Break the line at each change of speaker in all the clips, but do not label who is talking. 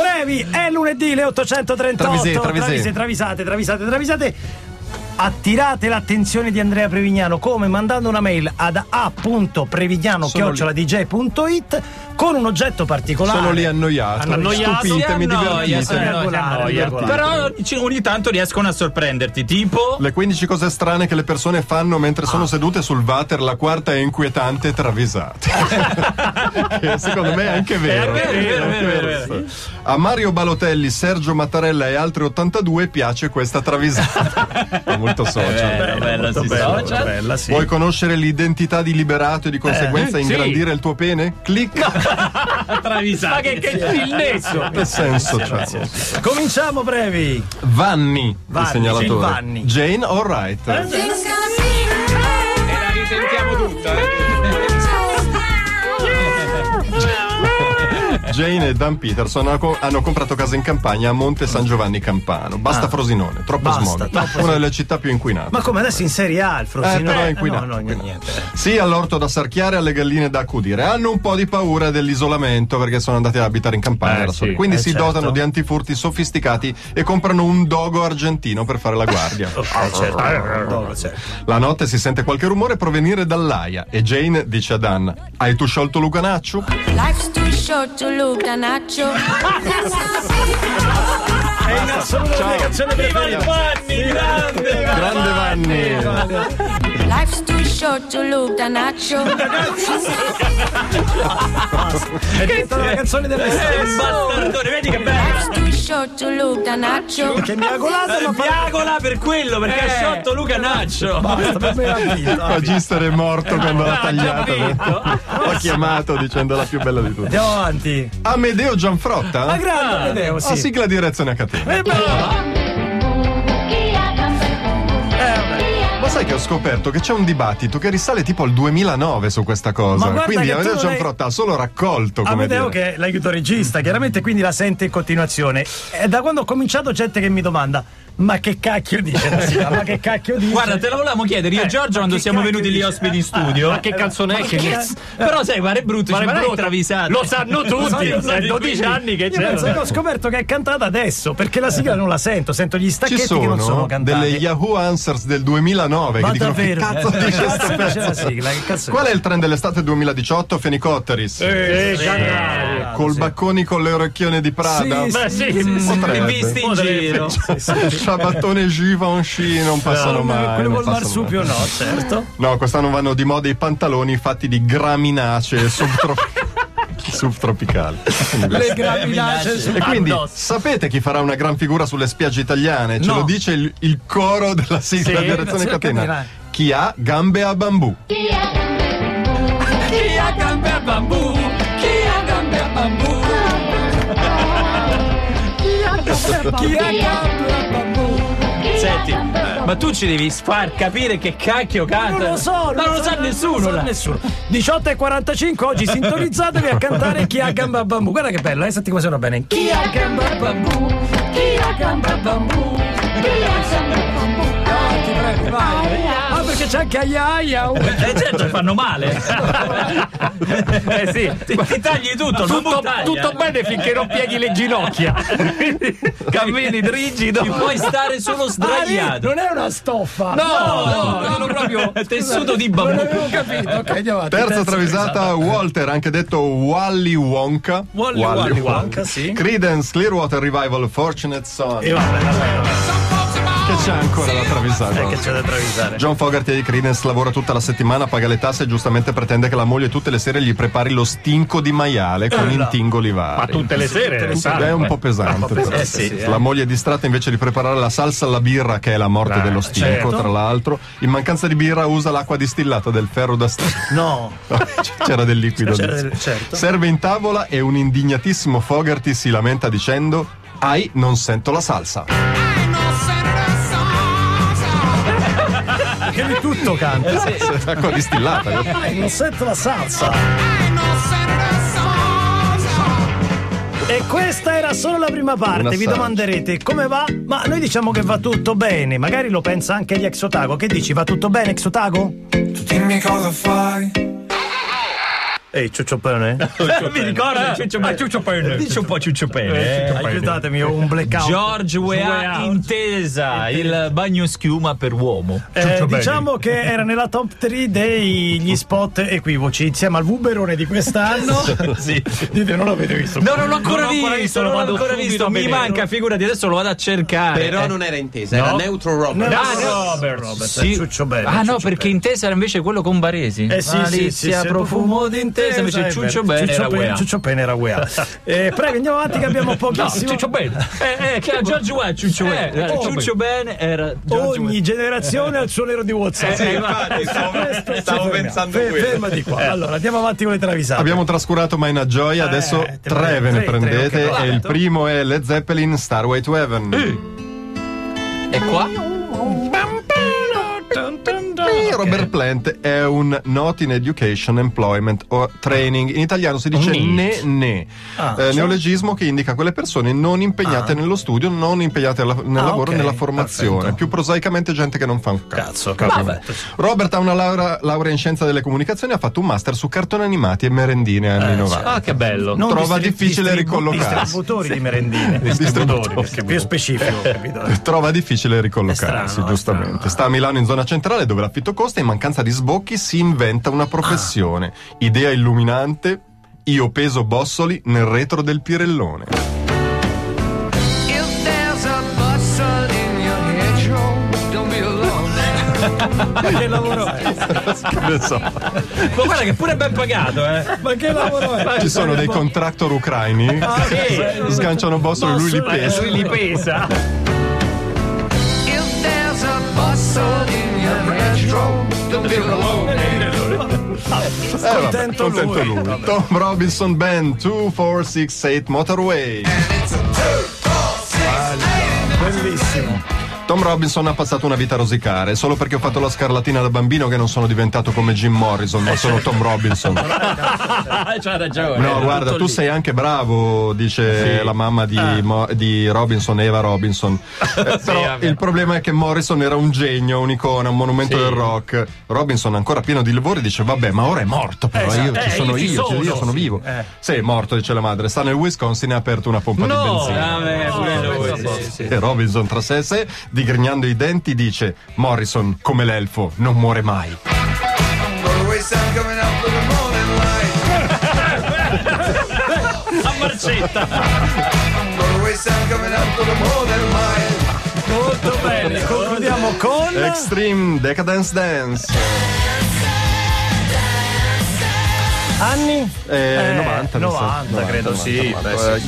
Brevi, è lunedì le 838.
Travise, travise.
Travise, travisate, travisate, travisate. Attirate l'attenzione di Andrea Prevignano come mandando una mail ad a.prevignano@dj.it con un oggetto particolare.
Sono lì annoiato,
Annoiato.
stupite, mi
Si annoia, si
divertite.
annoia, si
Regolare,
annoia.
regolare.
Però ogni- ogni tanto riescono a sorprenderti, tipo
Le 15 cose strane che le persone fanno mentre sono sedute sul water, la quarta è inquietante travisate. Che secondo me è anche vero.
È vero, è vero, è vero, è vero.
questo. A Mario Balotelli, Sergio Mattarella e altri 82 piace questa travisata. È molto social.
Bella, Eh, bella, sì, social.
Vuoi conoscere l'identità di liberato e di conseguenza
sì.
ingrandire il tuo pene? Clicca.
travisati.
Ma che, che il nesso?
Che senso c'è?
Cominciamo brevi.
Vanni, il
Vanni,
segnalatore.
sì, Vanni.
Jane Alright.
Things gonna be alright.
E la risentiamo tutta. eh.
Jane e Dan Peterson hanno co- hanno comprato casa in campagna a Monte San Giovanni Campano. Basta Frosinone, troppo
Ah. Basta,
smog.
troppo
Una delle città più inquinate.
Ma come adesso in Serie A il
eh,
Frosinone?
però è
no,
inquinato.
no,
inquinato.
niente.
Sì, all'orto da sarchiare, alle galline da accudire. Hanno un po' di paura dell'isolamento perché sono andati ad abitare in campagna.
Eh,
da soli.
sì.
Quindi
Eh,
si
certo.
dotano di antifurti sofisticati e comprano un dogo argentino per fare la guardia.
Eh, certo, dopo, certo.
La notte si sente qualche rumore provenire dall'aia e Jane dice a Dan: Hai tu sciolto Lucanaccio?
Life's too short to look down at you.
È in assoluto la mia canzone preferita.
Grande Vanni!
Life's too short to look down at you.
È diventata la canzone
Eh,
dell'estate.
Eh, Bastardone, vedi che bello?
Life's too short to look down at you.
Che mi ha golato ma fa-
Piagola per quello, perché ha sciolto Luca Naccio.
Basta, per me ha vinto. ha vinto.
Magister è morto quando l'ha
Ah,
tagliata.
vinto.
Ho chiamato dicendo la più bella di tutte.
Andiamo avanti.
Amedeo Gianfrotta?
Ma grande, Amedeo, sì.
La sigla di reazione a catena.
Eh, bravo.
Ma sai che ho scoperto che c'è un dibattito che risale tipo al 2009 su questa cosa.
Ma guarda
Quindi
che tu
Amedeo
non hai-
Gianfrotta ha solo raccolto come
Amedeo
dire.
che è l'aiuto regista, chiaramente quindi la sente in continuazione. E da quando ho cominciato gente che mi domanda: "Ma che cacchio dice la sigla? Ma che cacchio dice?"
Guarda, te la volevamo chiedere io e Giorgio quando
che
siamo
cacchio
venuti lì
dici?
ospiti in studio.
Ma che canzone è che
cazzo?
Però sai, guarda è brutto,
Guarda,
ci
è
guarda è
brutto.
travisato.
Lo sanno tutti,
Lo sanno
è
tutti.
12 anni che
Io penso che
c'è.
ho scoperto che è cantata adesso, perché la sigla non la sento, sento gli
Ci
stacchetti che
sono,
non sono cantati.
delle Yahoo Answers del 2009
Ma
che dicono
davvero? eh,
che cazzo dice
Che
sto
cazzo dice
pezzo?"
la sigla? Che cazzo
Qual è il trend dell'estate 2018? Fenicotteris.
Eh, Giancarlo.
Col bacconi con le orecchione di Prada.
Sì,
Beh, sì, sì.
Potrebbe.
Visti in giro.
Ciabattone Givenchy non passano mai.
quello
non
col
passano
marsupio
mai.
no, certo.
No, quest'anno vanno di moda i pantaloni fatti di graminacee subtro- subtropicali.
Eh,
Le
graminacee
graminacee
su-
E quindi
Addosso.
sapete chi farà una gran figura sulle spiagge italiane? Ce
No.
lo dice il, il coro della sigla
Sì,
di Reazione
sì,
Catena.
Catena.
Chi ha gambe a bambù?
Chi ha gambe a bambù? Chi ha gambe a bambù?
Chi ha cantato?
Senti, ma tu ci devi far capire che cacchio canta.
Non lo so,
ma non lo sa nessuno.
Non lo sa
là.
nessuno. 18 e 45 oggi sintonizzatevi a cantare chi ha gamba a bambù. Guarda che bello, eh, senti come suona bene. Chi ha gamba a bambù? Chi ha gamba a bambù? Chi ha gamba a bambù? Dai, ti prego, vai. Ah, perché c'è anche aia aia.
Eh certo, fanno male. eh sì, ti, ti tagli tutto,
Tutto,
tutto,
tutto bene finché non pieghi le ginocchia. Cammini rigido.
Ci eh. puoi stare solo
Ah, lì,
sdraiato.
non è una stoffa. No,
no, no, proprio tessuto di
non
bambù.
avevo capito. Ok, andiamo avanti.
Terza
Esatto.
travisata, Walter, anche detto Wally Wonka.
Wally Wonka, sì.
Credence Clearwater Revival Fortunate Son.
E vabbè, vabbè, vabbè.
Che c'è ancora la travisata?
Che c'è da travisare?
John Fogarty di Credence lavora tutta la settimana, paga le tasse e giustamente pretende che la moglie tutte le sere gli prepari lo stinco di maiale con intingoli vari.
Ma tutte le sere,
Ed
Eh,
sai.
è un po' pesante. però.
pesante, sì, eh.
La moglie è distratta invece di preparare la salsa alla birra, che è la morte
Beh,
dello stinco,
certo.
tra l'altro. In mancanza di birra usa l'acqua distillata del ferro da stiro.
No.
C'era del liquido.
C'era
dentro.
del- certo.
Serve in tavola e un indignatissimo Fogarty si lamenta dicendo: Ai, non sento la salsa.
Che di tutto canta.
Acqua distillata.
Non sento Eh, la salsa. E questa era solo la prima parte,
Una
vi
salsa.
domanderete come va, ma noi diciamo che va tutto bene, magari lo pensa anche gli ex Otago, che dici va tutto bene ex Otago?
Dimmi cosa fai
Ehi, ciucciopone?
Eh,
Mi ricorda Ciuccio Pene. Dice un po' Ciuccio Pene. eh.
Aiutatemi, ho un blackout.
George
Way
Weah
Out.
intesa, il bagno schiuma per uomo.
Eh, diciamo che era nella top 3 degli spot equivoci, insieme al Vuberone di quest'anno.
Sì.
Dite, non l'avete visto.
No, non l'ho ancora
Non l'ho ancora
visto,
visto, lo
non l'ho
vado
ancora
subito
visto.
a
Mi
vedere.
manca, figurati, adesso lo vado a cercare.
Però
Eh,
non era intesa, era Neutro Robert.
Ah,
no,
no,
Robert, Robert
sì.
è Ciuccio Belli.
Ah, no,
Ciuccio
perché
Belli.
intesa era invece quello con Baresi.
Eh sì, sì, sì,
Malizia,
sì,
profumo d'intesa,
è
invece
vero.
Ciuccio Bene
Ciuccio
era
Pene-
Weah.
Ciuccio Pene era UEA. Eh, prego, andiamo avanti che abbiamo
No,
pochissimo.
Ciuccio Bene. Eh, eh, che era Giorgio Weah, Ciuccio Bene. Eh,
oh,
Ciuccio Bene era Giorgio
Ogni generazione ha il suo nero di WhatsApp.
Sì, infatti, stavo-
Questo ci
stavo
fermiamo.
pensando
Fe-
quello.
Fermati qua. Allora, andiamo avanti con le travisate.
Abbiamo trascurato mai una gioia, adesso
Eh, te
tre ve ne
tre, tre,
prendete.
ok,
e il
perfetto.
primo è Led Zeppelin Starway to Heaven.
E qua?
E Robert Plant è un Not in Education Employment or Training. In italiano si dice ne ne.
Ah,
Eh,
cioè?
neologismo che indica quelle persone non impegnate nello studio, non impegnate alla- nel
Ah,
lavoro,
ok,
nella formazione.
perfetto.
Più prosaicamente gente che non fa un cazzo.
Cazzo,
Vabbè. Robert ha una laura- laurea in scienza delle comunicazioni, ha fatto un master su cartoni animati e merendine
Eh,
anni
cioè,
90.
Ah, che bello.
Non
Trova
distrib-
difficile
distribu-
ricollocarsi.
Distributori di merendine.
Distributori.
perché più specifico, capito?
Trova difficile ricollocarsi,
strano, è
giustamente.
strano.
Sta a Milano in zona centrale dove l'affitto costa e in mancanza di sbocchi si inventa una professione.
Ah.
Idea illuminante. Io peso bossoli nel retro del Pirellone.
Ma che lavoro è?
Che ne so.
Ma guarda che pure è ben pagato, eh.
Ma che lavoro è?
Ci sono dei contractor ucraini che sganciano bossoli, lui li
Eh,
pesa.
Ah, Lui li pesa.
Eh, vabbè,
Contento
contento
lui.
lui. Tom Robinson Band 2468 Motorway.
Bellissimo.
Tom Robinson ha passato una vita a rosicare solo perché ho fatto la scarlatina da bambino che non sono diventato come Jim Morrison,
Eh,
ma
certo.
sono Tom Robinson.
Ah, c'ha ragione.
No, guarda, tu sei anche bravo, dice la mamma di, Mo- di Robinson, Eva Robinson. Eh, però il problema Ah. è che Morrison era un genio, un'icona, un monumento del rock. Robinson, ancora pieno di lavori, dice: Vabbè, ma ora è morto, però io ci sono Esatto. Eh, io, ci- io sono vivo. Sì, eh. è morto, dice la madre. Sta nel Wisconsin e ha aperto una pompa di benzina. Ah,
Vabbè, pure lui.
E Robinson, tra sé e sé, digrignando i denti, dice: Morrison, come l'elfo, non muore mai.
A marcetta. Molto bene.
Concludiamo con.
Extreme Decadence Dance.
Anni?
Eh, 90, mi sa.
90, credo sì.
Eh,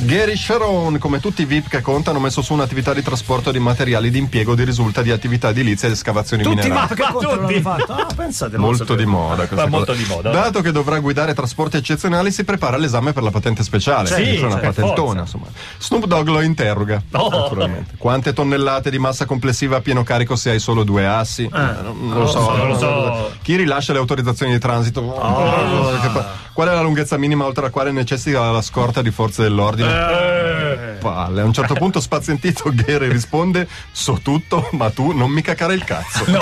Gary Sharon, come tutti i VIP che contano, ha messo su un'attività di trasporto di materiali di impiego di risulta di attività edilizia ed escavazioni
Tutti ma
minerarie.
perché contro l'hanno fatto? Ah, pensate, non lo
Molto
sapevo.
di moda questa
Ma molto
cosa.
di moda.
Dato che dovrà guidare trasporti eccezionali, si prepara all'esame per la patente speciale.
Sì,
Quindi c'è una
per
patentona,
forza.
insomma. Snoop Dogg lo interroga. Naturalmente. Quante tonnellate di massa complessiva a pieno carico se hai solo due assi? Eh, non, non lo so,
non lo
non-
so.
Chi rilascia le autorizzazioni di transito? Che pa-
Ah.
Qual è la lunghezza minima oltre la quale necessita la scorta di forze dell'ordine? palle. A un certo punto, spazientito, Gary risponde: So tutto, ma tu non mi cacare il cazzo. No.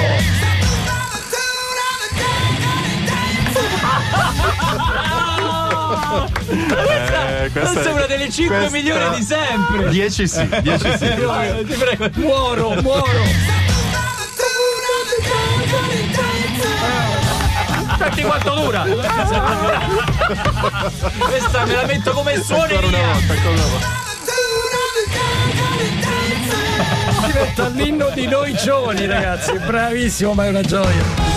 Questa è una delle 5 milioni di sempre.
10 sì, 10 sì.
Ti prego, muoro, muoro. Senti quanto dura. Questa me la metto come suoni via.
Diventa l'inno di noi giovani, ragazzi. Bravissimo, ma è una gioia.